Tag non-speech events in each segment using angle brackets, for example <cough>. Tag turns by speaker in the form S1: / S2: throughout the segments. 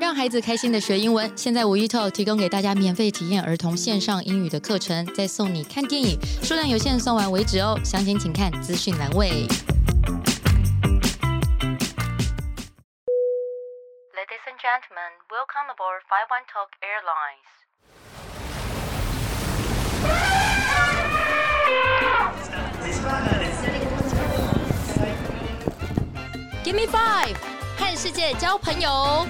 S1: 让孩子开心的学英文。现在五一 t 提供给大家免费体验儿童线上英语的课程，再送你看电影，数量有限，送完为止哦。详情请看资讯栏位。
S2: Ladies and gentlemen, welcome aboard 51 Talk Airlines.
S1: Give me five，和世界交朋友。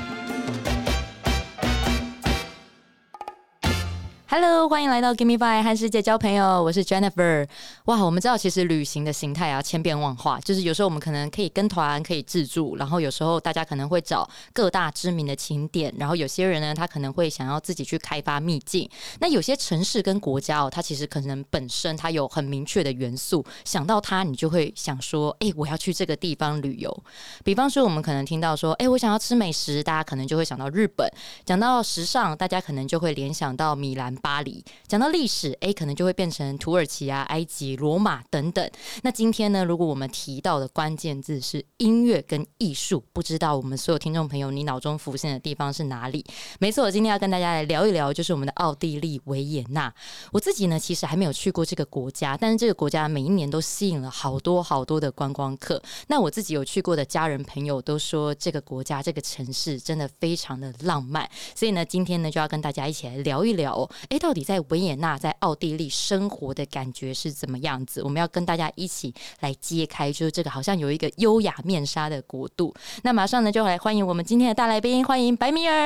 S1: Hello，欢迎来到 Give Me Five 和世界交朋友，我是 Jennifer。哇，我们知道其实旅行的形态啊千变万化，就是有时候我们可能可以跟团，可以自助，然后有时候大家可能会找各大知名的景点，然后有些人呢他可能会想要自己去开发秘境。那有些城市跟国家哦，它其实可能本身它有很明确的元素，想到它你就会想说，哎、我要去这个地方旅游。比方说，我们可能听到说，哎、我想要吃美食，大家可能就会想到日本；讲到时尚，大家可能就会联想到米兰、巴黎；讲到历史，哎、可能就会变成土耳其啊、埃及、罗马等等。那今天呢，如果我们提到的关键字是音乐跟艺术，不知道我们所有听众朋友，你脑中浮现的地方是哪里？没错，我今天要跟大家来聊一聊，就是我们的奥地利维也纳。我自己呢，其实还没有去过这个国家，但是这个国家每一年都吸引了好多好多的观光客。那我自己有去过的家人朋友都说，这个国家这个城市真的非常的浪漫。所以呢，今天呢就要跟大家一起来聊一聊、哦，诶，到底在维也纳在奥地利生活的感觉是怎么样子？我们要跟大家一起来揭开，就是这个好像有一个优雅面纱的国度。那马上呢就来欢迎我们今天的大来宾，欢迎白米尔。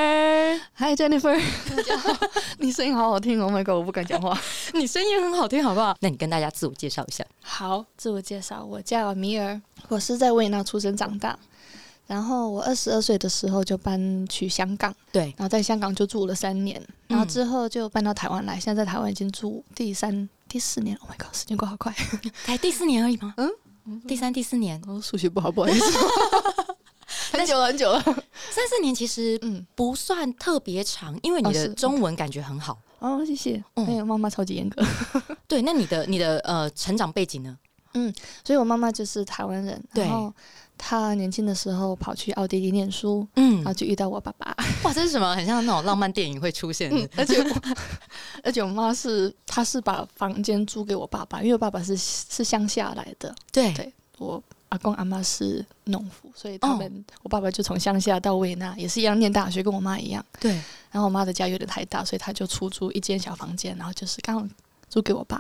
S3: 嗨，Jennifer，大家好， <laughs> 你声音好好听，Oh my god，我不敢讲话。
S1: 你声音很好听，好不好？那你跟大家自我介绍一下。
S3: <laughs> 好，自我介绍，我叫米尔，我是在维也纳出生长大，然后我二十二岁的时候就搬去香港，
S1: 对，
S3: 然后在香港就住了三年，然后之后就搬到台湾来，现在在台湾已经住第三、第四年，Oh my god，时间过好 <laughs> 快，
S1: 才第四年而已吗？嗯，第三、第四年，
S3: 我哦数学不好，不好意思， <laughs> 很久了，很久了，
S1: 三四年其实
S3: 嗯，
S1: 不算特别长，因为你
S3: 哦
S1: 的
S3: 是
S1: 中文感觉很好。
S3: 哦，谢谢，
S1: 嗯
S3: 哎呦，妈妈超级严格，
S1: 对，那你的你的呃成长背景呢？
S3: 所以我妈妈就是台湾人，
S1: 对
S3: 然后她年轻的时候跑去奥地利念书，
S1: 嗯
S3: 然后就遇到我爸爸。
S1: 哇，这是什么？很像那种浪漫电影会出现的
S3: 嗯， <laughs> 而且我而且我妈是，她是把房间租给我爸爸，因为我爸爸是是乡下来的，
S1: 对
S3: 对我阿公阿妈是农夫，所以他们、
S1: 哦
S3: 我爸爸就从乡下到维也纳，也是一样念大学，跟我妈一样。
S1: 对，
S3: 然后我妈的家有点太大，所以她就出租一间小房间，然后就是刚好租给我
S1: <gasps>
S3: 爸。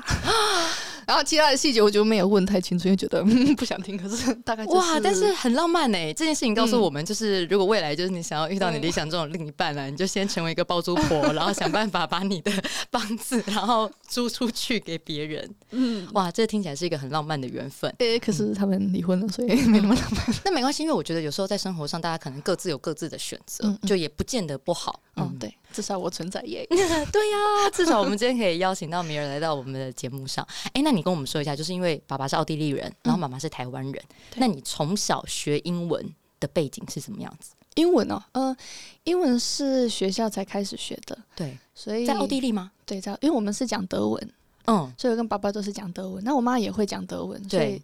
S3: 然后其他的细节我就没有问太清楚，因为觉得、 <laughs> 嗯、不想听。可是大概、就是、
S1: 哇，但是很浪漫哎！这件事情告诉
S3: 嗯
S1: 我们，就是如果未来就是你想要遇到你理想中的另一半啊呢，你就先成为一个包租婆，然后想办法把你的 <laughs> 房子然后租出去给别人。
S3: 嗯，
S1: 哇，这听起来是一个很浪漫的缘分。
S3: 诶、可是他们离婚了，所以没那么浪漫。
S1: 那没关系，因为我觉得有时候在生活上，大家可能各自有各自的选择，
S3: 嗯嗯
S1: 就也不见得不好。
S3: 嗯，对，至少我存在耶。
S1: <laughs> 对呀、至少我们今天可以邀请到米尔来到我们的节目上。哎，那你跟我们说一下，就是因为爸爸是奥地利人，然后妈妈是台湾人，
S3: 嗯对
S1: 那你从小学英文的背景是什么样子？
S3: 英文哦，呃，英文是学校才开始学的，
S1: 对，
S3: 所以
S1: 在奥地利吗？
S3: 对，在因为我们是讲德文，
S1: 嗯，
S3: 所以我跟爸爸都是讲德文，那我妈也会讲德文，所以
S1: 对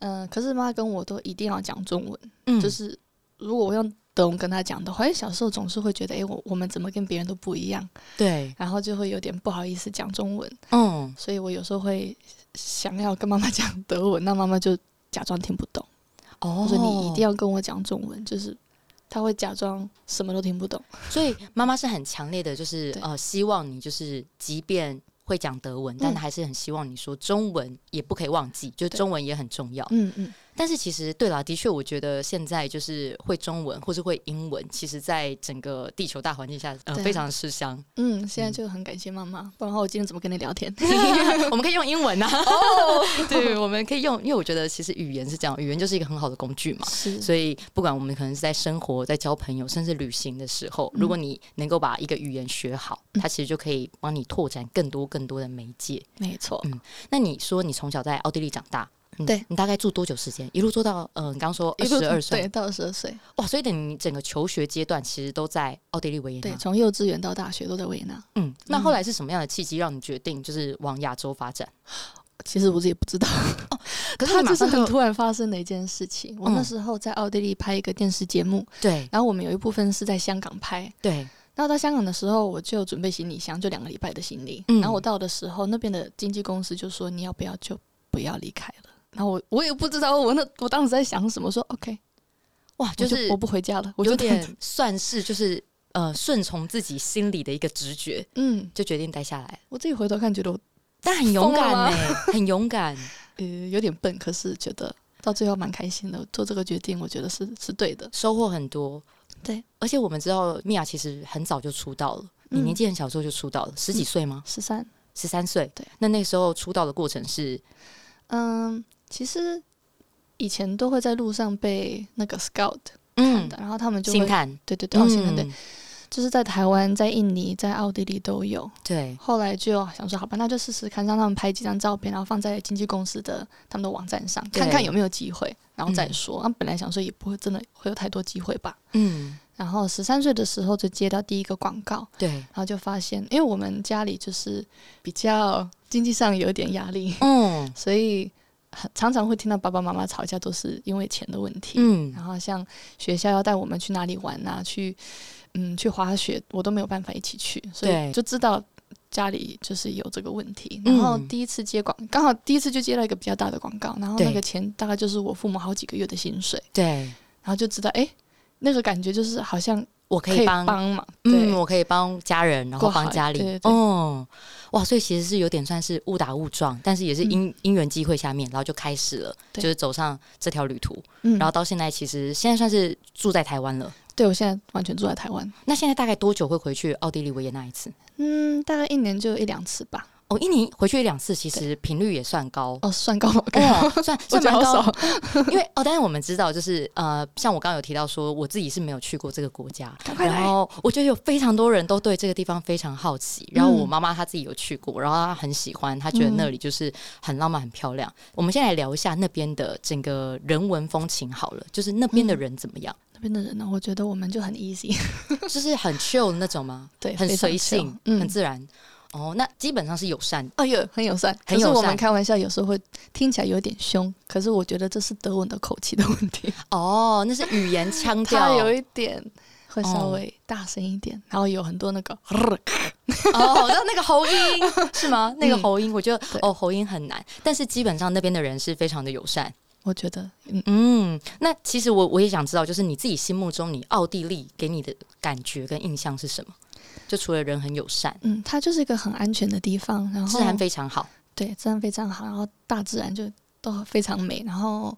S3: 呃，可是妈跟我都一定要讲中文，
S1: 嗯
S3: 就是如果我用德文跟她讲的话，因为小时候总是会觉得，诶，我我们怎么跟别人都不一样，
S1: 对，
S3: 然后就会有点不好意思讲中文，
S1: 嗯，
S3: 所以我有时候会想要跟妈妈讲德文，那妈妈就假装听不懂，
S1: 哦
S3: 我说你一定要跟我讲中文，就是她会假装什么都听不懂。
S1: 所以妈妈是很强烈的，就是
S3: 对
S1: 呃，希望你就是即便。会讲德文，但
S3: 嗯
S1: 还是很希望你说中文也不可以忘记，就
S3: 对
S1: 中文也很重要。
S3: 嗯嗯。
S1: 但是其实对啦，的确，我觉得现在就是会中文或是会英文，其实在整个地球大环境下，呃，
S3: 对啊
S1: 非常吃香。
S3: <laughs>
S1: <laughs>
S3: 嗯，现在就很感谢妈妈，不然的话我今天怎么跟你聊天？ <laughs>
S1: 我们可以用英文啊，
S3: 哦
S1: <laughs> 对，我们可以用，因为我觉得其实语言是这样，语言就是一个很好的工具嘛。
S3: 是
S1: 所以，不管我们可能是在生活、在交朋友，甚至旅行的时
S3: 嗯
S1: 候，如果你能够把一个语言学好，它其实就可以帮你拓展更多、更多的媒介。
S3: 没
S1: 嗯
S3: 错，
S1: 那你说你从小在奥地利长大，你
S3: 对
S1: 你大概住多久时间？一路做到嗯，你刚刚说
S3: 一
S1: 二
S3: 路
S1: 十二岁
S3: 对，，到十二岁，
S1: 哇，所以等你整个求学阶段，其实都在奥地利维也
S3: 对，嗯
S1: 纳。
S3: 从幼稚园到大学都在维也纳。
S1: 嗯，那后来是什么样的契机让你决定就是往亚洲发展？
S3: 其实我自己不知道，
S1: 可是
S3: <laughs> 它
S1: 你马
S3: 就是
S1: 上
S3: 很
S1: 就
S3: 突然发生的一件事情。我那
S1: 嗯
S3: 时候在奥地利拍一个电视节目，
S1: 对
S3: 然后我们有一部分是在香港拍。
S1: 对，
S3: 然后到香港的时候，我就准备行李箱，就两个礼拜的行李。
S1: 嗯
S3: 然后我到的时候，那边的经纪公司就说：“你要不要就不要离开了？”然后我我也不知道我那我当时在想什么，说 OK，
S1: 哇，
S3: 我
S1: 就是
S3: 我不回家了，我
S1: 有
S3: 就等
S1: 点算是就是呃顺从自己心里的一个直觉，
S3: 嗯，
S1: 就决定待下来了。
S3: 我自己回头看觉得我
S1: 但很勇敢
S3: 疯了吗
S1: 呢、 <laughs> 很勇敢。
S3: 呃有点笨，可是觉得到最后蛮开心的。做这个决定，我觉得是是对的。
S1: 收获很多。
S3: <laughs> 对，
S1: 而且我们知道米娅其实很早就出道了，你
S3: 嗯
S1: 年纪很小的时候就出道了，十几岁吗？
S3: 十三，
S1: 十三岁。
S3: 对，
S1: 那那时候出道的过程是
S3: 嗯，其实以前都会在路上被那个 scout 看
S1: 嗯
S3: 的，，然后他们就
S1: 星
S3: 会
S1: 探，
S3: 对对对，哦，现在
S1: 嗯，
S3: 对，就是在台湾、在印尼、在奥地利都有。
S1: 对，
S3: 后来就想说，好吧，那就试试看，让他们拍几张照片，然后放在经纪公司的他们的网站上，
S1: 对
S3: 看看有没有机会，然后再
S1: 嗯
S3: 说。那、本来想说也不会真的会有太多机会吧。
S1: 嗯，
S3: 然后十三岁的时候就接到第一个广告，
S1: 对，
S3: 然后就发现，因为我们家里就是比较经济上有一点压力， <laughs>
S1: 嗯
S3: 所以很常常会听到爸爸妈妈吵架，都是因为钱的问题。
S1: 嗯，
S3: 然后像学校要带我们去哪里玩啊，去嗯去滑雪，我都没有办法一起去，所
S1: 对
S3: 以就知道家里就是有这个问题。
S1: 嗯
S3: 然后第一次接广，刚好第一次就接到一个比较大的广告，然后
S1: 对
S3: 那个钱大概就是我父母好几个月的薪水，
S1: 对，
S3: 然后就知道哎，诶那个感觉就是好像
S1: 我可
S3: 可以
S1: 以
S3: 帮
S1: 帮。
S3: 忙，
S1: 嗯，
S3: 对，
S1: 我可以帮家人，然后
S3: 过好
S1: 帮家里。
S3: 对对
S1: 哦，哇，所以其实是有点算是误打误撞，但是也是
S3: 嗯
S1: 因、因缘机会下面，然后就开始了，就
S3: 对
S1: 是走上这条旅途。
S3: 嗯，
S1: 然后到现在，其实现在算是住在台湾了。
S3: 对我现在完全住在台湾，
S1: 那现在大概多久会回去奥地利维也纳一次？
S3: 嗯，大概一年就一两次吧，
S1: 哦，一年回去一两次，其实频率也算高。
S3: 哦，算高吗？
S1: 哦，
S3: <laughs>
S1: 算
S3: 我
S1: 算
S3: 觉得
S1: 蛮
S3: 好
S1: 高，
S3: 少，
S1: 因为哦，但是我们知道，就是呃，像我刚刚有提到说，我自己是没有去过这个国家，
S3: 赶快来
S1: 然后我觉得有非常多人都对这个地方非常好奇。然后我
S3: 嗯
S1: 妈妈她自己有去过，然后她很喜欢，她觉得那里就是很浪漫、很漂亮。
S3: 嗯
S1: 我们先来聊一下那边的整个人文风情好了，就是那边的人怎么样？
S3: 那边的人呢，我觉得我们就很 easy，
S1: <laughs>
S3: <laughs>
S1: 就是很 chill 的那种吗？
S3: 对，
S1: 很
S3: 非常
S1: 随
S3: chill
S1: 性，
S3: 嗯
S1: 很自然。哦，那基本上是友善
S3: 哎呦，很友善，
S1: 很
S3: 可是
S1: 友
S3: 我们
S1: 善
S3: 开玩笑有时候会听起来有点凶，可是我觉得这是德文的口气的问
S1: <laughs>
S3: 题，
S1: 哦，那是语言腔
S3: <laughs> 他
S1: 调
S3: 有一点会稍
S1: 哦
S3: 微大声一点，然后有很多那个，
S1: 哦，那那个喉音是吗？那个
S3: 嗯
S1: 喉音，我觉得
S3: 对
S1: 哦，喉音很难，但是基本上那边的人是非常的友善。
S3: 我觉得嗯，
S1: 嗯，那其实我我也想知道，就是你自己心目中你奥地利给你的感觉跟印象是什么？就除了人很友善，
S3: 嗯，它就是一个很安全的地方，然后
S1: 治安非常好，
S3: 对治安非常好，然后大自然就都非常美，然后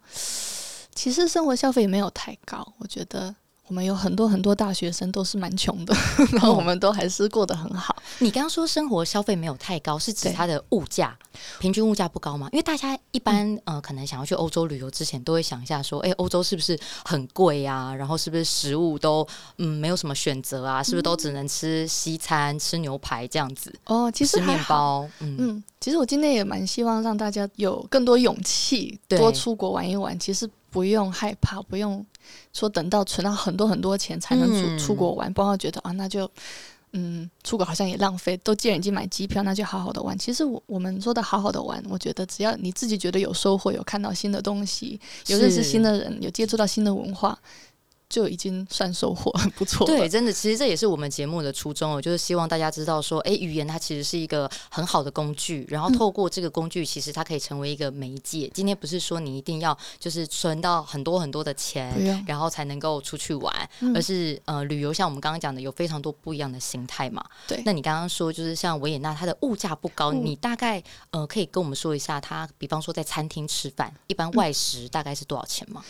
S3: 其实生活消费也没有太高，我觉得。我们有很多很多大学生都是蛮穷的， <laughs> 然
S1: 哦
S3: 后我们都还是过得很好。
S1: 你刚刚说生活消费没有太高，是指
S3: 对
S1: 它的物价平均物价不高吗？因为大家一般、
S3: 嗯
S1: 呃，可能想要去欧洲旅游之前，都会想一下说，哎、欧洲是不是很贵啊？然后是不是食物都嗯没有什么选择啊？是不是都只能吃西餐、吃牛排这样子，
S3: 哦，其实
S1: 吃
S3: 还
S1: 面
S3: 好
S1: 包？嗯，
S3: 嗯，其实我今天也蛮希望让大家有更多勇气，
S1: 对
S3: 多出国玩一玩。其实不用害怕，不用说等到存到很多很多钱才能出、
S1: 嗯
S3: 出国玩，不然会觉得啊，那就嗯，出国好像也浪费。都既然已经买机票，那就好好的玩。其实我我们说的好好的玩，我觉得只要你自己觉得有收获，有看到新的东西，有认识新的人，有接触到新的文化，就已经算收获很不错了。
S1: 对，真的，其实这也是我们节目的初衷哦，就是希望大家知道说，哎，语言它其实是一个很好的工具，然后透过这个工具，其实它可以成为一个媒介。今天不是说你一定要就是存到很多很多的
S3: 不
S1: 钱。
S3: 用，
S1: 然后才能够出去玩，
S3: 嗯
S1: 而是呃旅游，像我们刚刚讲的，有非常多不一样的形态嘛。
S3: 对
S1: 那你刚刚说就是像维也纳，它的物价不高，
S3: 嗯
S1: 你大概呃可以跟我们说一下它，比方说在餐厅吃饭，一般外食大概是多少钱吗？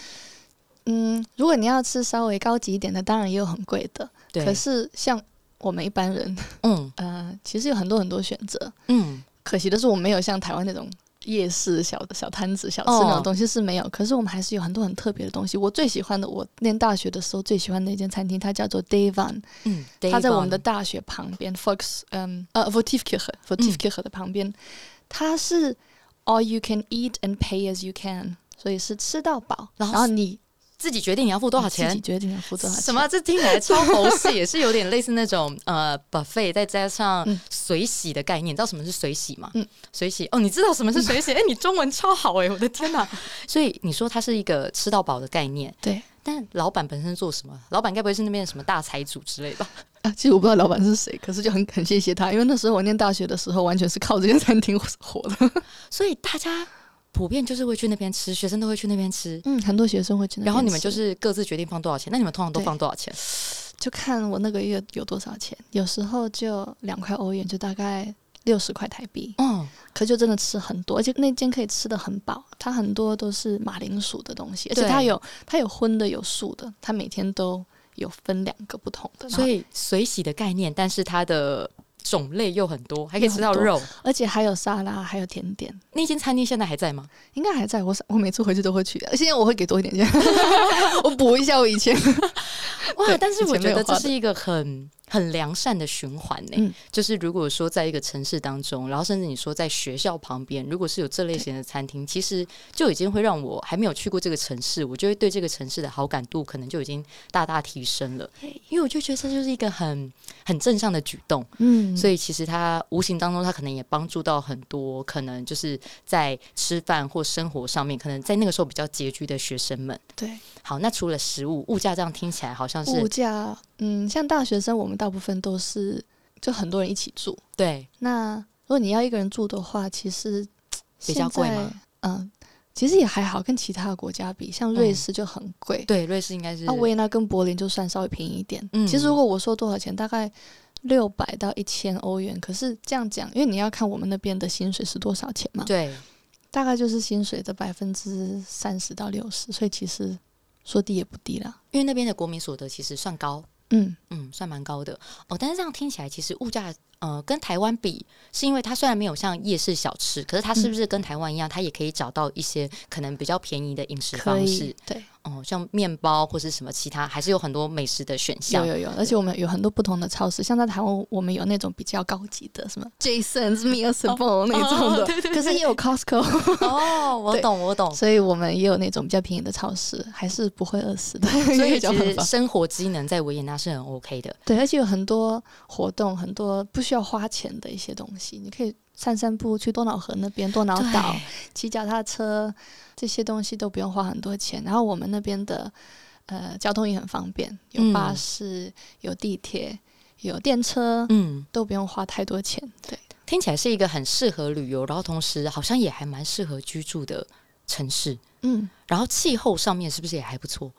S3: 嗯，如果你要吃稍微高级一点的，当然也有很贵的。
S1: 对，
S3: 可是像我们一般人， <laughs>
S1: 嗯
S3: 呃，其实有很多很多选择。
S1: 嗯，
S3: 可惜的是，我们没有像台湾那种夜市小小摊子、小吃
S1: 哦
S3: 那种东西是没有。可是我们还是有很多很特别的东西。我最喜欢的，我念大学的时候最喜欢的一间餐厅，它叫做 Davan，
S1: 嗯，
S3: 它在我们
S1: Devon
S3: 的大学旁边，Fox，嗯，呃 v o t i v k i r c h v
S1: 嗯
S3: o t i v k i r c h 的旁边，它是 All you can eat and pay as you can，所以是吃到饱，
S1: 然
S3: 然
S1: 后
S3: 后你
S1: 自哦己决定你要付多少钱
S3: 自己，决定要付多少钱。
S1: 什么？这听起来超猴式，也是有点类似那种呃 buffet，再加上
S3: 嗯
S1: 水洗的概念。你知道什么是水洗吗？嗯
S3: 嗯，
S1: 水洗哦，你知道什么是 <laughs> 水洗？哎、你中文超好哎、我的天哪、 <laughs> 所以你说它是一个吃到饱的概念，
S3: 对
S1: 但老板本身做什么？老板该不会是那边什么大财主之类吧？
S3: 啊，其实我不知道老板是谁，可是就很很谢谢他，因为那时候我念大学的时候，完全是靠这间餐厅火的。
S1: 所以大家普遍就是会去那边吃，学生都会去那边吃。
S3: 嗯，很多学生会去那边吃。
S1: 然后你们就是各自决定放多少钱，那你们通常都
S3: 对
S1: 放多少钱？
S3: 就看我那个月有多少钱，有时候就两块欧元，就大概六十块台币。
S1: 哦，
S3: 可就真的吃很多，而且那间可以吃的很饱，它很多都是马铃薯的东西，而且
S1: 对
S3: 它有它有荤的有素的，它每天都有分两个不同的，
S1: 所
S3: 以
S1: 以水洗的概念，但是它的种类又很多，还可以吃
S3: 又很
S1: 到
S3: 多
S1: 肉。
S3: 而且还有沙拉，还有甜点，
S1: 那间餐厅现在还在吗？
S3: 应该还在我我每次回去都会去，现在我会给多一点钱， <laughs> 我补一下我以前
S1: 哇！
S3: 对
S1: 但是
S3: 以前
S1: 我觉
S3: 没有
S1: 得这
S3: 花
S1: 是一个很很良善的循环呢、
S3: 嗯
S1: 就是如果说在一个城市当中，然后甚至你说在学校旁边，如果是有这类型的餐厅，其实就已经会让我还没有去过这个城市，我就会对这个城市的好感度可能就已经大大提升了。因为我就觉得这就是一个很很正向的举动。
S3: 嗯
S1: 所以其实他无形当中，他可能也帮助到很多，可能就是在吃饭或生活上面，可能在那个时候比较拮据的学生们。
S3: 对
S1: 好，那除了食物，物价这样听起来好像是
S3: 物价，嗯，像大学生我们大部分都是就很多人一起住，
S1: 对
S3: 那如果你要一个人住的话，其实
S1: 比较贵吗
S3: 现在？嗯，其实也还好，跟其他的国家比，像瑞士就很贵，
S1: 嗯对，瑞士应该是
S3: 那、哦维也纳跟柏林就算稍微便宜一点。
S1: 嗯
S3: 其实如果我说多少钱，大概六百到一千欧元。可是这样讲，因为你要看我们那边的薪水是多少钱嘛，
S1: 对，
S3: 大概就是薪水的百分之三十到六十，所以其实说低也不低啦。
S1: 因为那边的国民所得其实算高，
S3: 嗯，
S1: 嗯，算蛮高的哦。但是这样听起来，其实物价呃跟台湾比，是因为它虽然没有像夜市小吃，可是它
S3: 嗯
S1: 是不是跟台湾一样，它也可以找到一些可能比较便宜的饮食
S3: 可
S1: 方式
S3: 以，对，
S1: 哦，像面包或是什么其他，还是有很多美食的选项
S3: 有。有有，而且我们有很多不同的超市，像在台湾，我们有那种比较高级的，什么 <laughs> 哦 Jason's、Meals 那种的，可是也有 Costco，
S1: 哦，我
S3: 对
S1: 懂，我懂。
S3: 所以我们也有那种比较便宜的超市，还是不会饿死 <laughs> 的。
S1: 所以
S3: 就
S1: 其
S3: 很
S1: 实
S3: 棒
S1: 生活机能在维也纳是很 OK 的。
S3: 对，而且有很多活动，很多不需要花钱的一些东西，你可以散散步，去多瑙河那边、多瑙岛
S1: 对
S3: 骑脚踏车，这些东西都不用花很多钱。然后我们那边的呃交通也很方便，有巴
S1: 嗯
S3: 士、有地铁、有电车，
S1: 嗯，
S3: 都不用花太多钱。对，
S1: 听起来是一个很适合旅游，然后同时好像也还蛮适合居住的城市。
S3: 嗯，
S1: 然后气候上面是不是也还不错？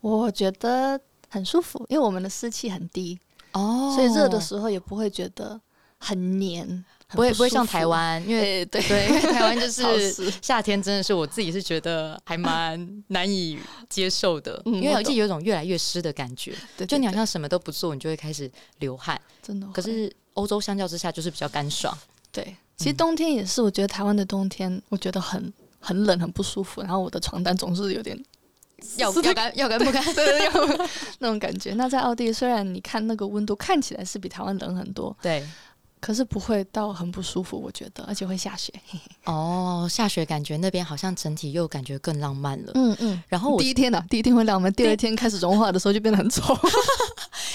S3: 我觉得很舒服，因为我们的湿气很低，
S1: 哦
S3: 所以热的时候也不会觉得很黏，很
S1: 不会不会
S3: 舒
S1: 像
S3: 服
S1: 台。湾，因为
S3: 对
S1: 对，
S3: 对
S1: 因为台
S3: <laughs>
S1: 湾就
S3: 潮
S1: 是
S3: 湿
S1: 夏天真的是我自己是觉得还蛮难以接受的，
S3: 嗯
S1: 因为
S3: 我
S1: 而且
S3: 懂
S1: 有一种越来越湿的感觉，
S3: 对，
S1: 就
S3: 对
S1: 你好
S3: 对
S1: 像什么都不做，你就会开始流汗。
S3: 真的会，
S1: 可是欧洲相较之下就是比较干爽，
S3: 对，其实
S1: 嗯
S3: 冬天也是，我觉得台湾的冬天，我觉得很很冷，很不舒服。然后我的床单总是有点
S1: 要要干要干不干？
S3: 对对对那种感觉。那在奥地利，虽然你看那个温度看起来是比台湾冷很多，
S1: <laughs> 对。
S3: 可是不会到很不舒服，我觉得，而且会下雪。
S1: 哦，下雪感觉那边好像整体又感觉更浪漫了。
S3: 嗯嗯。
S1: 然后我
S3: 第一天呢、第一天会冷，我们第二天开始融化的时候就变得很 <laughs> 丑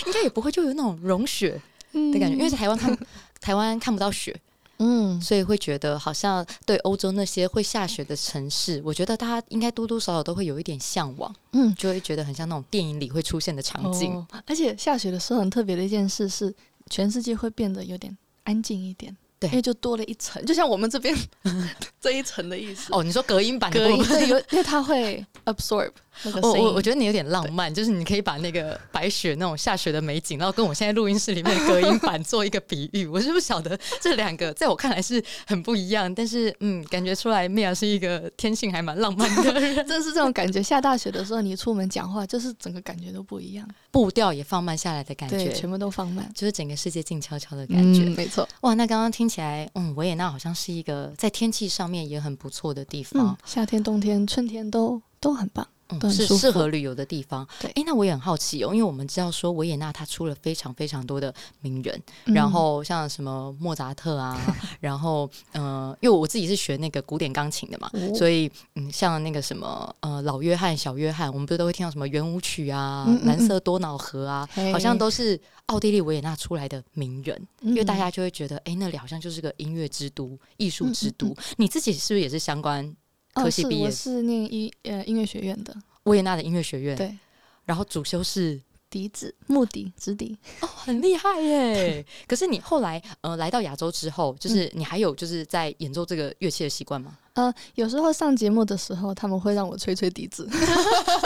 S1: 应该也不会就有那种融雪
S3: 的
S1: 的感觉，因为在台湾看台湾看不到雪，
S3: 嗯，
S1: 所以会觉得好像对欧洲那些会下雪的城市，我觉得大家应该多多少少都会有一点向往，
S3: 嗯
S1: 就会觉得很像那种电影里会出现的场景。
S3: 哦。而且下雪的时候很特别的一件事是，全世界会变得有点安静一点，
S1: 对
S3: 因为就多了一层，就像我们这边 <laughs> 这一层的意思。
S1: 哦，你说隔音版的
S3: 隔哦
S1: 部
S3: 音
S1: 分。
S3: 对，有因为它会 absorb 那个
S1: 我
S3: 声音。
S1: 我我觉得你有点浪漫，就是你可以把那个白雪那种下雪的美景，然后跟我现在录音室里面的隔音板做一个比喻。我是不晓得这两个在我看来是很不一样，但是嗯，感觉出来米娅是一个天性还蛮浪漫的
S3: <laughs>
S1: 人，
S3: 正是这种感觉。下大雪的时候，你出门讲话，就是整个感觉都不一样，
S1: 步调也放慢下来的感
S3: 对，
S1: 觉，
S3: 全部都放慢，
S1: 就是整个世界静悄悄的感觉。哦
S3: 嗯没错。
S1: 哇，那刚刚听起来，嗯，维也纳好像是一个在天气上面也很不错的地方
S3: 嗯。，夏天、冬天、春天都都很棒。都很
S1: 是
S3: 舒服
S1: 适合旅游的地方。
S3: 对
S1: 诶，那我也很好奇哦，因为我们知道说维也纳它出了非常非常多的名人，然
S3: 嗯
S1: 后像什么莫扎特
S3: <laughs>
S1: 啊，然后呃，因为我自己是学那个古典钢琴的嘛，
S3: 哦
S1: 所以嗯，像那个什么呃老约翰、小约翰，我们不是都会听到什么圆舞曲啊、
S3: 嗯嗯
S1: 蓝
S3: 嗯
S1: 色多瑙河啊，好
S3: 嘿
S1: 像都是奥地利维也纳出来的名人，因为大
S3: 嗯
S1: 家就会觉得诶，那里好像就是个音乐之都、艺术
S3: 嗯
S1: 之
S3: 嗯
S1: 都。你自己是不是也是相关
S3: 哦
S1: 科系
S3: 是
S1: 毕业
S3: 我是念音呃音乐学院的，
S1: 维也纳的音乐学院？
S3: 对，
S1: 然后主修是
S3: 笛子、木笛、直笛，
S1: 很厉害 <laughs> 耶！可是你后来呃来到亚洲之后，就是你还有就是在演奏这个乐器的习惯吗？
S3: 呃，有时候上节目的时候，他们会让我吹吹笛子， <laughs>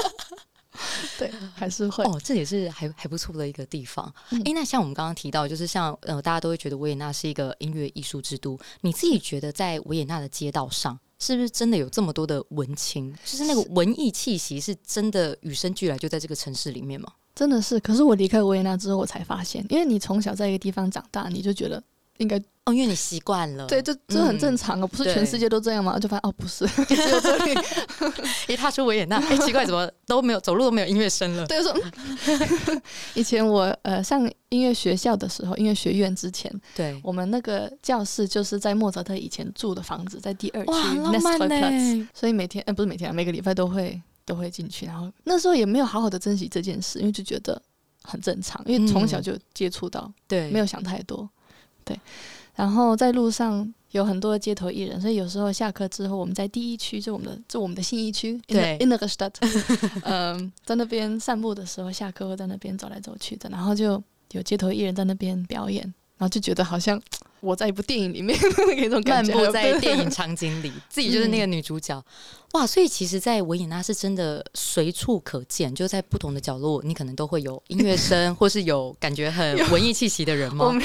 S3: 对，还是会。
S1: 哦，这也是还还不错的一个地方。诶，
S3: 嗯
S1: 那像我们刚刚提到，就是像呃大家都会觉得维也纳是一个音乐艺术之都，你自己觉得在维也纳的街道上？是不是真的有这么多的文青？就是那个文艺气息是真的与生俱来，就在这个城市里面吗？
S3: 真的是，可是我离开维也纳之后，我才发现，因为你从小在一个地方长大，你就觉得应该
S1: 哦，因为你习惯了，
S3: 对，，这这很正常啊，不
S1: 嗯
S3: 是
S1: 对
S3: 全世界都这样吗？就发现哦，不是，只有这里。
S1: <laughs> 一踏出维也纳，哎、奇怪，怎么都没有走路都没有音乐声
S3: <laughs>
S1: 了？
S3: 对，说嗯 <laughs> 以前我呃上音乐学校的时候，音乐学院之前，
S1: 对，
S3: 我们那个教室就是在莫扎特以前住的房子，在第二区
S1: 哇，很浪
S3: n
S1: 漫
S3: e
S1: 呢、
S3: s 所以每天，呃，不是每天啊，每个礼拜都会都会进去。然后那时候也没有好好的珍惜这件事，因为就觉得很正常，因
S1: 嗯
S3: 为从小就接触到，
S1: 对，
S3: 没有想太多。对，然后在路上有很多街头艺人，所以有时候下课之后，我们在第一区，就我们的就我们的信义区，
S1: 对
S3: i n n e r s t a d t 嗯，在那边散步的时候，下课会在那边走来走去的，然后就有街头艺人在那边表演，然后就觉得好像我在一部电影里面那种
S1: 漫
S3: 感觉，
S1: 步在
S3: 对
S1: 电
S3: <laughs>
S1: 影场景里，自
S3: 嗯
S1: 己就是那个女主角。哇，所以其实，在维也纳是真的随处可见，就在不同的角落，你可能都会有音乐声，或是有感觉很文艺气息的
S3: <laughs>
S1: 人吗？
S3: 我们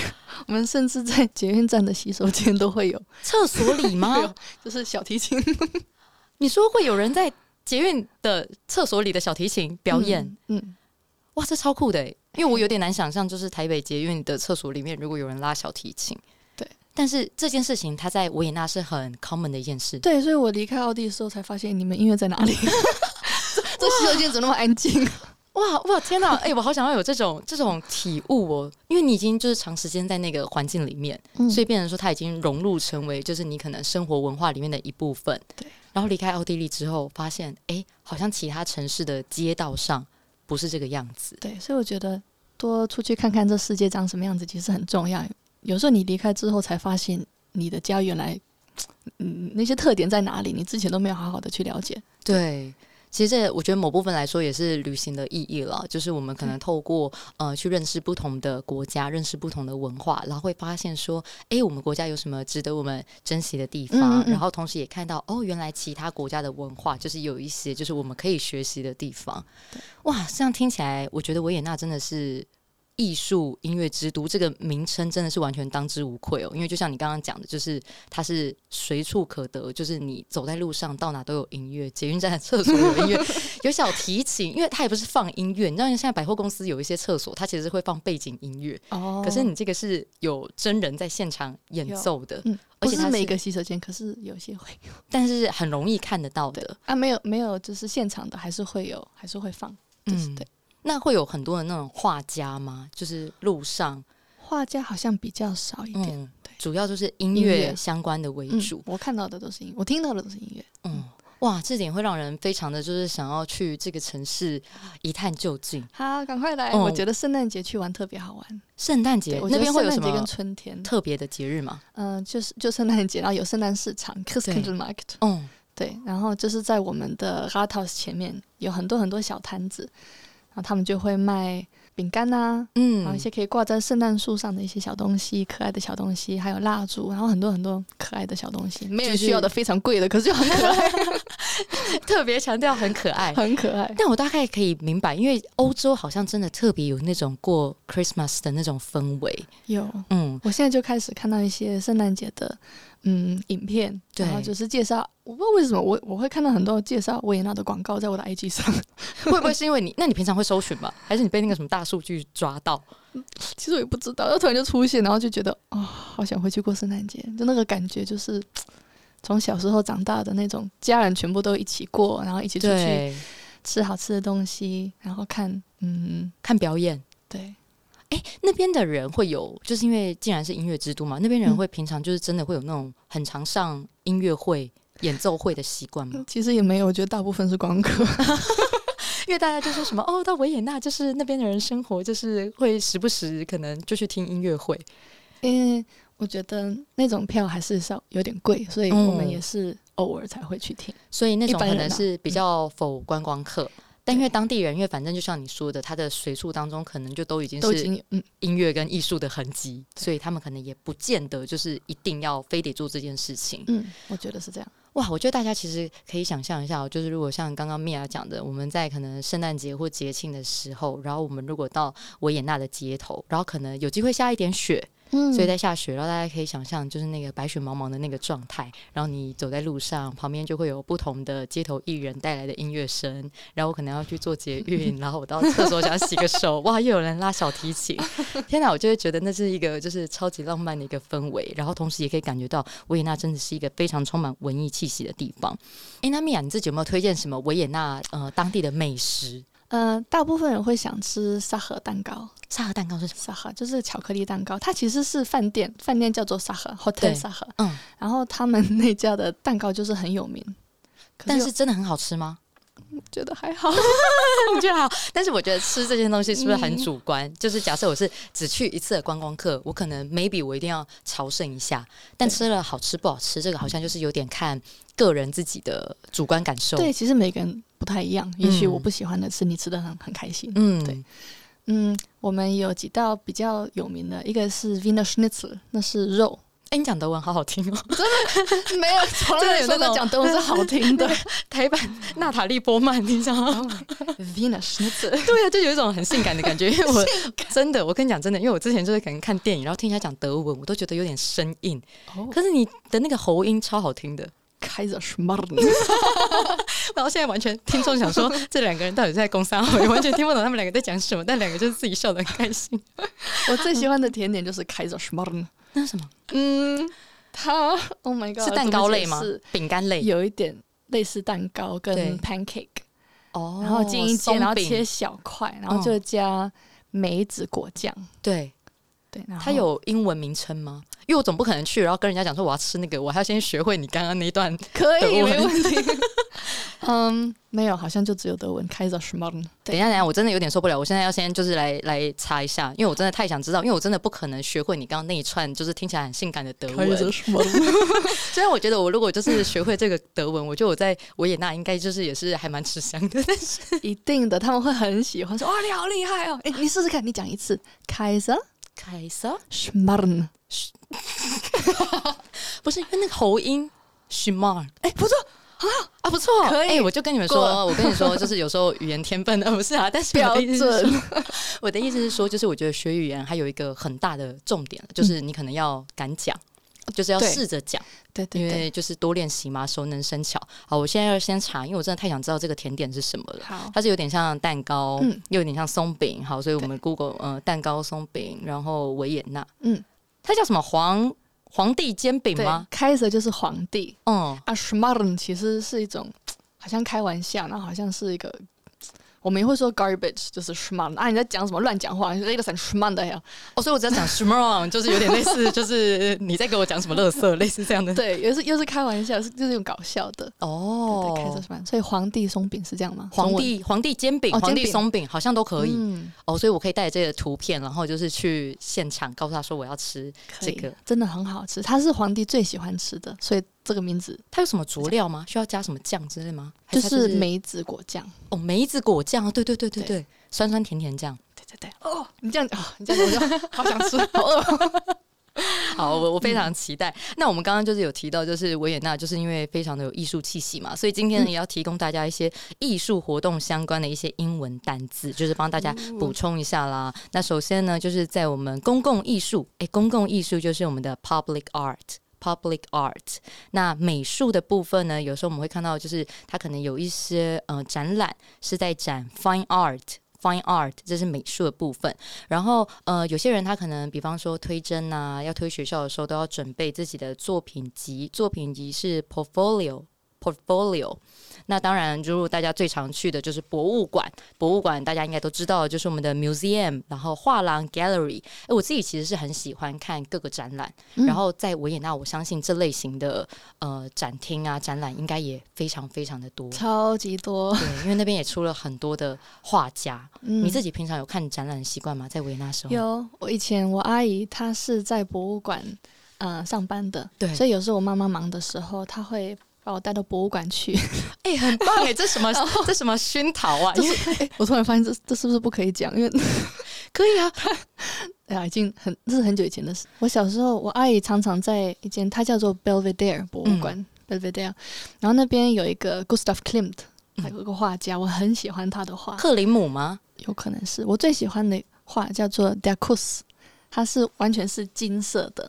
S3: 我们甚至在捷运站的洗手间都会有，
S1: 厕所里吗
S3: 有？就是小提琴
S1: 你说会有人在捷运的厕所里的小提琴表演？，
S3: 嗯，嗯
S1: 哇，这超酷的欸！因为我有点难想象，就是台北捷运的厕所里面，如果有人拉小提琴，
S3: 对。
S1: 但是这件事情，它在维也纳是很 common 的一件事。
S3: 对，所以我离开奥地利的时候才发现你们音乐在哪里。 <laughs> 这这洗手间怎么那么安静？
S1: 哇哇天哪！哎、我好想要有这种这种体悟哦，因为你已经就是长时间在那个环境里面，
S3: 嗯
S1: 所以变成说它已经融入成为就是你可能生活文化里面的一部分。
S3: 对。
S1: 然后离开奥地利之后，发现哎、好像其他城市的街道上不是这个样子。
S3: 对，所以我觉得多出去看看这世界长什么样子，其实很重要。有时候你离开之后才发现你的家原来，嗯，那些特点在哪里，你之前都没有好好的去了解。
S1: 对。其实这我觉得某部分来说也是旅行的意义了，就是我们可能
S3: 嗯
S1: 透过呃去认识不同的国家，认识不同的文化，然后会发现说，诶，我们国家有什么值得我们珍惜的地方，
S3: 嗯嗯嗯
S1: 然后同时也看到哦，原来其他国家的文化就是有一些就是我们可以学习的地方。哇，这样听起来，我觉得维也纳真的是艺术音乐之都这个名称真的是完全当之无愧哦。因为就像你刚刚讲的，就是它是随处可得，就是你走在路上到哪都有音乐，捷运站的厕所有音
S3: <laughs>
S1: 乐，有小提琴，因为它也不是放音乐，你知道现在百货公司有一些厕所，它其实会放背景音乐，
S3: 哦
S1: 可是你这个是有真人在现场演
S3: 有
S1: 奏的，
S3: 嗯，
S1: 而
S3: 不
S1: 且它
S3: 是
S1: 是
S3: 每个洗手间，可是有些会
S1: 但是很容易看得到的。
S3: 啊，没有没有，就是现场的还是会有，还是会放，就是
S1: 嗯
S3: 对。
S1: 那会有很多的那种画家吗？就是路上，
S3: 画家好像比较少一点。
S1: 嗯
S3: 对，
S1: 主要就是音
S3: 音
S1: 乐
S3: 乐
S1: 相关的为
S3: 嗯
S1: 主。
S3: 我看到的都是音乐，我听到的都是音乐。
S1: 嗯，哇，这点会让人非常的就是想要去这个城市一探究竟。
S3: 好，赶快来！
S1: 哦
S3: 我觉得圣诞节去玩特别好玩。
S1: 圣诞
S3: 对，
S1: 节
S3: 我觉
S1: 那
S3: 得
S1: 边会有什
S3: 圣诞节
S1: 么
S3: 跟春天，
S1: 特别的节日吗？
S3: 嗯、就是就圣诞节，然后有圣诞市场 k i s s
S1: 对
S3: k i n d l Market）。
S1: 嗯，
S3: 对，然后就是在我们的 r a t h a u s 前面有很多很多小摊子，然后他们就会卖饼干呐、
S1: 嗯，
S3: 然后一些可以挂在圣诞树上的一些小东西，可爱的小东西，还有蜡烛，然后很多很多可爱的小东西，没有人
S1: 就是
S3: 需要的非常贵的，
S1: <laughs>
S3: 可是就很可爱，
S1: <laughs> 特别强调很可爱。
S3: 很可爱。
S1: <laughs> 但我大概可以明白，因为欧洲好像真的特别有那种过 Christmas 的那种氛围。
S3: 有，
S1: <laughs> 嗯，
S3: 我现在就开始看到一些圣诞节的嗯影片，
S1: 对
S3: 然后就是介绍，我不知道为什么我我会看到很多介绍维也纳的广告在我的 IG 上，
S1: 会不会是因为你？那你平常会搜寻 <laughs> 吗？还是你被那个什么大数据抓到？
S3: 其实我也不知道，然后突然就出现，然后就觉得哦，好想回去过圣诞节，就那个感觉就是。从小时候长大的那种，家人全部都一起过，然后一起出去，吃好吃的东西，然后看，嗯，
S1: 看表演。
S3: 对，
S1: 哎、那边的人会有，就是因为既然是音乐之都嘛，那边人
S3: 嗯
S1: 会平常就是真的会有那种很常上音乐会、演奏会的习惯吗？
S3: 其实也没有，我觉得大部分是光哥。
S1: 因为大家就说什么哦，到维也纳就是那边的人生活，就是会时不时可能就去听音乐会。
S3: <laughs> 因为我觉得那种票还是稍有点贵，所以
S1: 嗯
S3: 我们也是偶尔才会去听。
S1: 所以那种
S3: 一般
S1: 可
S3: 人
S1: 能
S3: 啊
S1: 是比较否观光客。但因为当地人，因为反正就像你说的，他的随处当中可能就都已经
S3: 都已
S1: 是
S3: 经嗯，
S1: 音乐跟艺术的痕迹，所以他们可能也不见得就是一定要非得做这件事情。
S3: 嗯，我觉得是这样。
S1: 哇，我觉得大家其实可以想象一下、哦，就是如果像刚刚米娅讲的，我们在可能圣诞节或节庆的时候，然后我们如果到维也纳的街头，然后可能有机会下一点雪，
S3: 嗯
S1: 所以在下雪，然后大家可以想象，就是那个白雪茫茫的那个状态。然后你走在路上，旁边就会有不同的街头艺人带来的音乐声。然后我可能要去做捷运，然后我到厕所想洗个手，哇，又有人拉小提琴，天哪！我就会觉得那是一个就是超级浪漫的一个氛围。然后同时也可以感觉到维也纳真的是一个非常充满文艺气息的地方。哎，那米娅你自己有没有推荐什么维也纳呃当地的美食？
S3: 呃，大部分人会想吃沙河蛋糕，
S1: 沙拉蛋糕是什么？
S3: 沙河就是巧克力蛋糕，它其实是饭店，饭店叫做沙河
S1: 对
S3: Hotel 沙河，
S1: 嗯，
S3: 然后他们那家的蛋糕就是很有名，可
S1: 但
S3: 我
S1: 是真的很好吃吗？
S3: 觉得还好。
S1: <laughs> 我觉得好，但是我觉得吃这件东西是不是很主观？就是假设我是只去一次的观光客，我可能 maybe 我一定要朝圣一下，但
S3: 对
S1: 吃了好吃不好吃，这个好像就是有点看个人自己的主观感受。
S3: 对，，其实每个人不太一样，也许
S1: 嗯
S3: 我不喜欢的吃，你吃的很很开心。
S1: 嗯，
S3: 对，嗯，我们有几道比较有名的，一个是 Wiener Schnitzel，那是肉，
S1: <laughs> 哎、你讲德文好好听哦， <laughs>
S3: 没有从
S1: 来
S3: 来
S1: 没有
S3: 没有
S1: 说过
S3: 说过
S1: 讲
S3: 讲德文是好
S1: <laughs>
S3: 听的。
S1: 台版娜塔莉波曼，你知道吗？
S3: Wiener Schnitzel，
S1: <laughs> 对啊，就有一种很性感的感觉。因为 <laughs> 我真的，我跟你讲真的，因为我之前就是可能看电影，然后听人家讲德文，我都觉得有点生硬，哦可是你的那个喉音超好听的。
S3: 开
S1: <laughs>
S3: 着 Schmarrn，
S1: 然后现在完全听众想 <laughs> 说这两个人到底在攻三好，也完全听不懂他们两个在讲什么，但两个就是自己笑得很开心。
S3: 我最喜欢的甜点就是开着 Schmarrn。
S1: 那是什么
S3: 嗯，它 <laughs> Oh my God，
S1: 是蛋糕类吗
S3: 怎么解释？
S1: 饼干类
S3: 有一点类似蛋糕
S1: 对
S3: 跟 pancake，
S1: 哦
S3: 然后煎一煎，然后切
S1: 切
S3: 小块，然后就加梅子果酱。
S1: 对，
S3: 对，然后
S1: 它有英文名称吗？因为我总不可能去，然后跟人家讲说我要吃那个，我还要先学会你刚刚那一段。
S3: 可以
S1: 德文
S3: 没问题。 <laughs> 嗯，没有，好像就只有德文开着 Schmarrn。
S1: 等一下，等一下，我真的有点受不了，我现在要先就是来来查一下，因为我真的太想知道，因为我真的不可能学会你刚刚那一串就是听起来很性感的德文。
S3: Schmarrn，
S1: 虽然我觉得我如果就是学会这个德文， <laughs> 我觉得我在维也纳应该就是也是还蛮吃香的，但是
S3: <laughs> 一定的，他们会很喜欢说哇，你好厉害哦！哎，你试试看，你讲一次开着
S1: 凯撒
S3: Schmarrn。
S1: 不是因为那个喉音 s h m a r
S3: 哎，不错，
S1: 啊，不错，
S3: 可以
S1: 哎我就跟你们
S3: 过
S1: 说，
S3: 了
S1: 我跟你说， <laughs> 就是有时候语言天分的不是啊，但是我
S3: 标
S1: 的意思是
S3: 准
S1: 说，我的意思是说，就是我觉得学语言还有一个很大的重点，就是你可能要敢讲。就是要
S3: 对
S1: 试着讲，
S3: 对
S1: 因
S3: 对对，
S1: 为就是多练习嘛，熟能生巧。好，我现在要先查，因为我真的太想知道这个甜点是什么了。
S3: 好，
S1: 它是有点像蛋糕，
S3: 哦嗯
S1: 又有点像松饼。好，所以我们 Google 呃蛋糕松饼，然后维也纳，
S3: 嗯，
S1: 它叫什么皇皇帝煎饼
S3: 对
S1: 吗？，
S3: 开着就是皇帝
S1: 嗯，
S3: 啊，Schmarrn 其实是一种好像开玩笑，然后好像是一个。我们也会说 garbage，就是 schmarrn 啊！你在讲什么乱讲话？你说一个很 schmarrn
S1: <laughs>
S3: 的呀？
S1: 哦，所以我只要讲 s m o n 就是有点类似，就是 <laughs> 你在给我讲什么乐色，类似这样的。
S3: 对，又是又是开玩笑，是就是用搞笑的。
S1: 哦
S3: 对，对，开着 schmarrn。所以皇帝松饼是这样吗？
S1: 皇
S3: 中文
S1: 帝皇帝煎饼、
S3: 哦
S1: 皇帝
S3: 煎饼
S1: 松饼好像都可以、
S3: 嗯，
S1: 哦，所以我可以带着这个图片，然后就是去现场告诉他说我要吃
S3: 可
S1: 这
S3: 以，
S1: 个。
S3: 真的很好吃，它是皇帝最喜欢吃的，所以这个名字
S1: 它有什么佐料吗？需要加什么酱之类吗？还
S3: 就是
S1: 它
S3: 是梅子果酱。
S1: 哦梅子果酱哦，对对对对
S3: 对
S1: 对，酸酸甜甜酱。
S3: 对对对，哦，你这样啊、你这样讲我就好想吃，好饿。
S1: 好，我我非
S3: 嗯
S1: 常期待。那我们刚刚就是有提到，就是维也纳，就是因为非常的有艺术气息嘛，所以今
S3: 嗯
S1: 天呢也要提供大家一些艺术活动相关的一些英文单字，就是 <laughs> 帮大家
S3: 哦嗯
S1: 补充一下啦。那首先呢，就是在我们公共艺术，诶，公共艺术就是我们的 public art。Public art，那美术的部分呢？有时候我们会看到，就是它可能有一些呃展览是在展 fine art，fine art，这是美术的部分。然后呃，有些人他可能比方说推甄呐、要推学校的时候，都要准备自己的作品集，作品集是 portfolio。 portfolio。那当然，如果大家最常去的就是博物馆，博物馆大家应该都知道，就是我们的 museum，然后画廊 gallery。哎，我自己其实是很喜欢看各个展览，
S3: 嗯
S1: 然后在维也纳，我相信这类型的呃展厅啊展览应该也非常非常的多。
S3: 超级多。
S1: 对，因为那边也出了很多的画家。
S3: 嗯
S1: 你自己平常有看展览的习惯吗？在维也纳时候，
S3: 有，我以前我阿姨她是在博物馆呃上班的，
S1: 对
S3: 所以有时候我妈妈忙的时候，她会把我带到博物馆去。
S1: 哎、很棒哎、 <laughs> 这什么这什么熏陶啊？因为
S3: <laughs> 我突然发现这这是不是不可以讲？因为 <laughs>
S1: 可以啊，
S3: 哎呀，已经很这是很久以前的事。我小时候，我阿姨常常在一间，它叫做 Belvedere 博物馆、Belvedere，然后那边有一个 Gustav Klimt，
S1: 嗯
S3: 还有一个画家，我很喜欢他的画，
S1: 克林姆吗？
S3: 有可能是我最喜欢的画叫做 d a c u s 它是完全是金色的，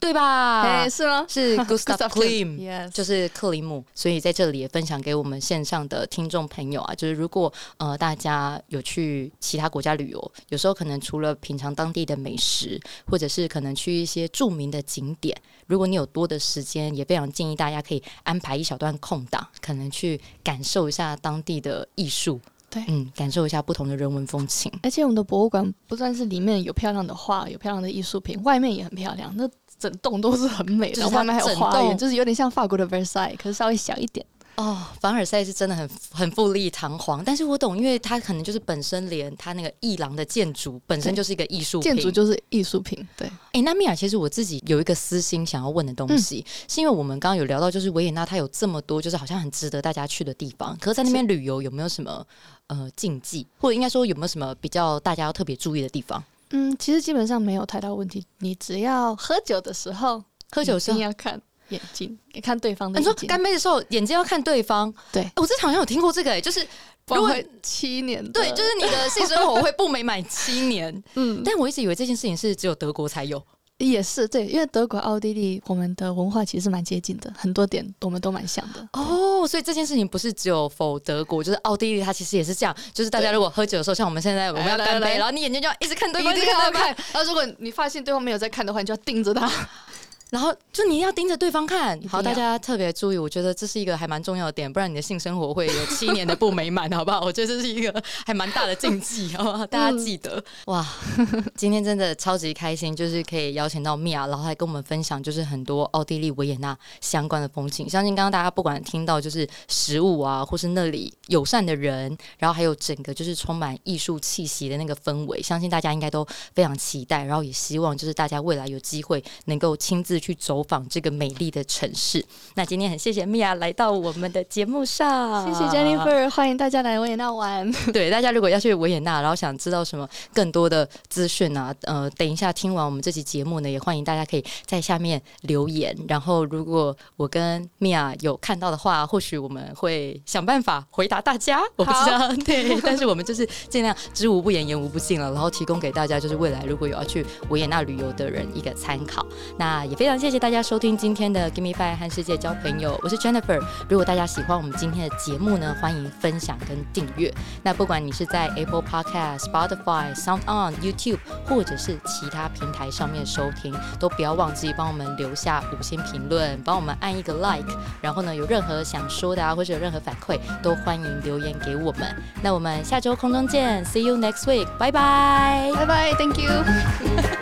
S1: 对吧？
S3: 哎、是吗？
S1: <laughs> 是 Gustav Klim。
S3: Klimt，yes
S1: 就是克里姆，所以在这里也分享给我们线上的听众朋友啊，就是如果呃大家有去其他国家旅游，有时候可能除了品尝当地的美食，或者是可能去一些著名的景点，如果你有多的时间，也非常建议大家可以安排一小段空档，可能去感受一下当地的艺术，
S3: 对
S1: 嗯，感受一下不同的人文风情。
S3: 而且我们的博物馆不但是里面有漂亮的画，有漂亮的艺术品，外面也很漂亮，那整栋都是很美
S1: 就
S3: 的，
S1: 是它
S3: 外面还有花
S1: 整
S3: 园，
S1: 栋
S3: 就是有点像法国的 Versailles，可是稍微小一点。
S1: 哦，凡尔赛是真的很很富丽堂皇，但是我懂，因为它可能就是本身连它那个艺廊的建筑本身
S3: 对
S1: 就是一个艺术品，
S3: 建筑就是艺术品，对，
S1: 哎、那米尔，其实我自己有一个私心想要问的
S3: 嗯
S1: 东西，是因为我们刚刚有聊到，就是维也纳它有这么多，就是好像很值得大家去的地方。可是，在那边旅游有没有什么呃禁忌，或者应该说有没有什么比较大家要特别注意的地方？
S3: 嗯，其实基本上没有太大问题，你只要喝酒的时候，
S1: 喝酒的时
S3: 一
S1: 候，
S3: 定要看眼睛，看对方的
S1: 你说
S3: 眼睛，
S1: 干杯的时候眼睛要看对方。
S3: 对
S1: 哎我之前好像有听过这个、哎，就是
S3: 不然
S1: 如果
S3: 会七年的，
S1: 对，就是你的性生活会不美满七
S3: <laughs>
S1: 年。
S3: 嗯，
S1: 但我一直以为这件事情是只有德国才有。
S3: 也是对，因为德国、奥地利，我们的文化其实蛮接近的，很多点我们都蛮像的。
S1: 哦，所以这件事情不是只有否德国，就是奥地利，它其实也是这样。就是大家如果喝酒的时候，像我们现在我们要
S3: 来来
S1: 干
S3: 来
S1: 杯，然后你眼睛就要一直看对
S3: 一
S1: 方，
S3: 定
S1: 直
S3: 要
S1: 对方，
S3: 看，然后如果你发现对方没有在看的话，你就要盯着他。
S1: 然后就你要盯着对方看。
S3: 定
S1: 好，
S3: 要
S1: 大家特别注意，我觉得这是一个还蛮重要的点，不然你的性生活会有七年的不美满，好不好？我觉得这是一个还蛮大的禁忌，好不好？大家记得、 <laughs> 哇！今天真的超级开心，就是可以邀请到米娅，然后还跟我们分享就是很多奥地利维也纳相关的风情。相信刚刚大家不管听到就是食物啊，或是那里友善的人，然后还有整个就是充满艺术气息的那个氛围，相信大家应该都非常期待，然后也希望就是大家未来有机会能够亲自去走访这个美丽的城市。那今天很谢谢米娅来到我们的节目上，
S3: 谢谢 Jennifer，欢迎大家来维也纳玩。
S1: <laughs> 对，大家如果要去维也纳，然后想知道什么更多的资讯啊，呃，等一下听完我们这期节目呢，也欢迎大家可以在下面留言。然后，如果我跟米娅有看到的话，或许我们会想办法回答大家。我不知道， <laughs> 对，但是我们就是尽量知无不言，言无不尽了，然后提供给大家就是未来如果有要去维也纳旅游的人一个参考。那也非常谢谢大家收听今天的 Give Me Five 和世界交朋友，我是 Jennifer。如果大家喜欢我们今天的节目呢，欢迎分享跟订阅。那不管你是在 Apple Podcast、Spotify、Sound On、YouTube 或者是其他平台上面收听，都不要忘记帮我们留下五星评论，帮我们按一个 like。然后呢，有任何想说的啊，或者有任何反馈，都欢迎留言给我们。那我们下周空中见，See you next week，拜拜。
S3: 拜拜，Thank you。